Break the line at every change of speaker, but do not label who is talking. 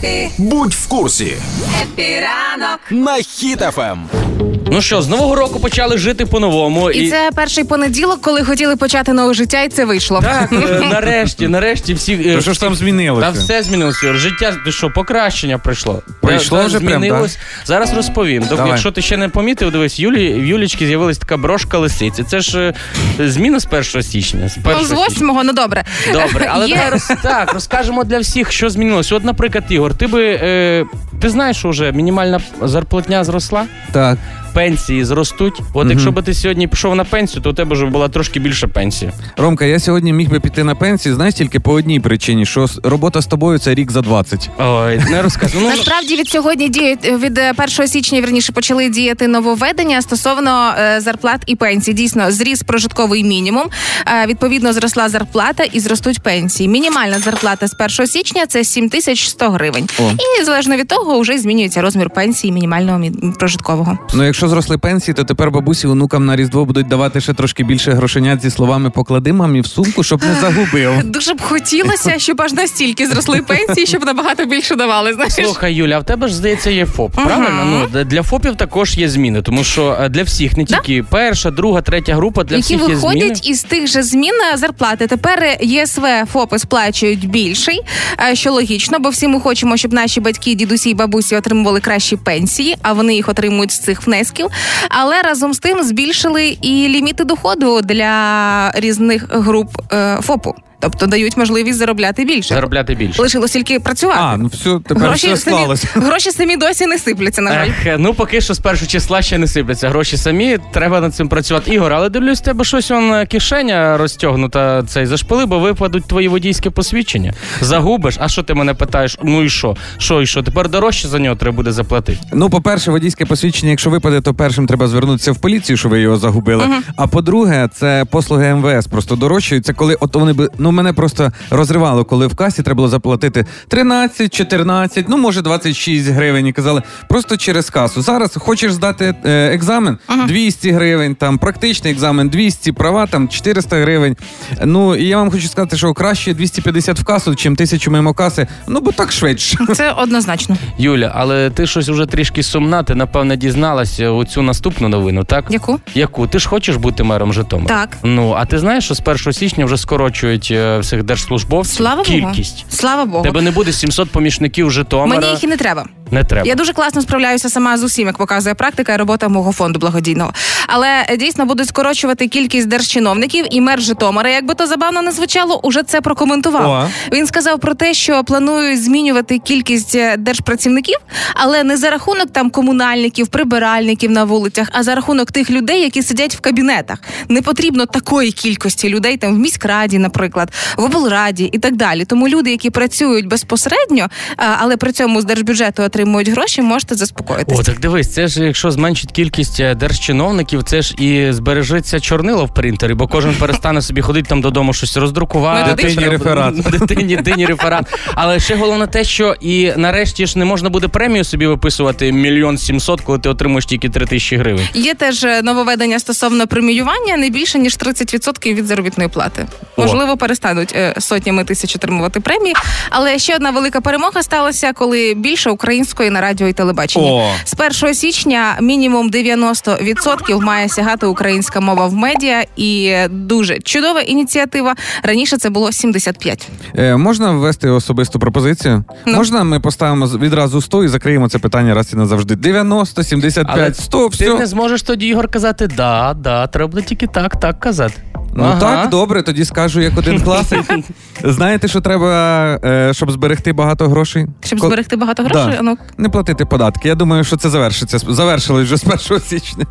Епі,
Будь в курсі
епі ранок.
на Ем. хітафем.
Ну що, з нового року почали жити по-новому.
І це перший понеділок, коли хотіли почати нове життя, і це вийшло.
так, е, нарешті, нарешті всі. е,
То що ж там змінилося?
Та все змінилося. Життя ти що, покращення прийшло.
Прийшло
Та- та
вже прям,
змінилось. Зараз розповім. Док,
Давай.
якщо ти ще не помітив, дивись, Юлі, в Юлічки з'явилась така брошка лисиці. Це ж е, зміна з 1 січня. З 1
Ну, з
січня.
восьмого, ну добре.
Добре, але
Є.
давай роз, так, розкажемо для всіх, що змінилось. От, наприклад, Ігор, ти би. Е, ти знаєш, що вже мінімальна зарплатня зросла,
Так.
пенсії зростуть. От якщо би ти сьогодні пішов на пенсію, то у тебе вже була трошки більше пенсії.
Ромка, я сьогодні міг би піти на пенсію, знаєш тільки по одній причині, що с- робота з тобою це рік за 20.
Ой, не розказуй. Ну,
Насправді від сьогодні діють від е, 1 січня, вірніше, почали діяти нововведення стосовно е, зарплат і пенсій. Дійсно, зріс прожитковий мінімум. е, відповідно, зросла зарплата і зростуть пенсії. Мінімальна зарплата з 1 січня це 7100 гривень.
О.
І залежно від того, вже змінюється розмір пенсії мінімального мі- прожиткового.
Ну якщо зросли пенсії, то тепер бабусі онукам на Різдво будуть давати ще трошки більше грошенят зі словами поклади мамі в сумку, щоб не загубив.
Дуже б хотілося, щоб аж настільки зросли пенсії, щоб набагато більше давали. Знаєш,
Слухай, Юля, а в тебе ж здається є ФОП, правильно? Ну д- для ФОПів також є зміни, тому що е, для всіх не тільки перша, друга, третя група, для
які
всіх є
виходять
зміни.
із тих же змін е, зарплати. Тепер ЄСВ ФОПи сплачують більший, е, що логічно, бо всі ми хочемо, щоб наші батьки, дідусі і бабусі отримували кращі пенсії, а вони їх отримують з цих внесків. Але разом з тим збільшили і ліміти доходу для різних груп е, ФОПу, тобто дають можливість заробляти більше.
Заробляти більше.
Лишилось тільки працювати.
А, ну все, тепер все
самі,
склалось.
гроші самі досі не сипляться, на жаль.
Ех, ну поки що з першого числа ще не сипляться гроші самі. Треба над цим працювати. Ігор, але дивлюсь, в тебе щось он е, кишеня розтягнута цей зашпили, бо випадуть твої водійські посвідчення. Загубиш. А що ти мене питаєш? Ну і що? Що і що? Тепер дорожче за нього треба буде заплатити.
Ну, по-перше, водійське посвідчення, якщо випаде, то першим треба звернутися в поліцію, що ви його загубили. А по-друге, це послуги МВС просто дорожчають. Це коли от вони би ну мене просто розривало, коли в касі треба було заплатити 13, 14, ну може 26 гривень. І казали просто через касу. Зараз хочеш здати е, екзамен 200 гривень, там практичний екзамен 200, права там 400 гривень. Ну і я вам хочу сказати, що краще 250 в касу, чим 1000 мимо каси. Ну бо так швидше.
Це однозначно.
Юля, але ти щось уже трішки сумна, ти напевне дізналася оцю наступну новину, так?
Яку?
Яку? Ти ж хочеш бути мером Житомира?
Так.
Ну, а ти знаєш, що з 1 січня вже скорочують е, всіх держслужбовців
Слава
кількість.
Богу. Слава Богу.
Тебе не буде 700 помічників Житомира.
Мені їх і не треба.
Не треба.
Я дуже класно справляюся сама з усім, як показує практика і робота мого фонду благодійного. Але е, дійсно будуть скорочувати кількість держчиновників і мер Житомира. Якби то забавно не звучало, уже це прокоментував.
О.
Він сказав про те, що планують змінювати кількість е, держпрацівників, але не за рахунок там комунальників, прибиральників на вулицях, а за рахунок тих людей, які сидять в кабінетах. Не потрібно такої кількості людей там в міськраді, наприклад, в облраді і так далі. Тому люди, які працюють безпосередньо, е, але при цьому з держбюджету отримують гроші, можете заспокоїтися.
О, так дивись, це ж якщо зменшить кількість е, держчиновників, це ж і збережеться чорнило в принтері, бо кожен перестане собі ходити там додому щось роздрукувати.
Ну, і дитині
Щоб-
реферат.
Дитині, дитині реферат. Але ще головне те, що і нарешті ж не можна буде премію собі виписувати мільйон сімсот, коли ти отримуєш тільки три тисячі гривень.
Є теж е, нововведення стосовно преміювання не більше ніж 30% від заробітної плати.
О.
Можливо, перестануть е, сотнями тисяч отримувати премії. Але ще одна велика перемога сталася, коли більше української на радіо і телебаченні.
О.
З 1 січня мінімум 90% має сягати українська мова в медіа, і дуже чудова ініціатива. Раніше це було 75.
Е, можна ввести особисту пропозицію?
Ну.
Можна ми поставимо з- відразу 100 і закриємо це питання раз і назавжди. 90, 75,
ти
100, все.
не зможеш тоді Ігор казати да, да, треба буде тільки так, так казати.
Ну
Ага.
так, добре, тоді скажу як один класик. Знаєте, що треба, е, щоб зберегти багато грошей?
Щоб
Ко-
зберегти багато грошей,
Да.
а ну
Не платити податки. Я думаю, що це завершиться. Завершилось вже з 1 січня.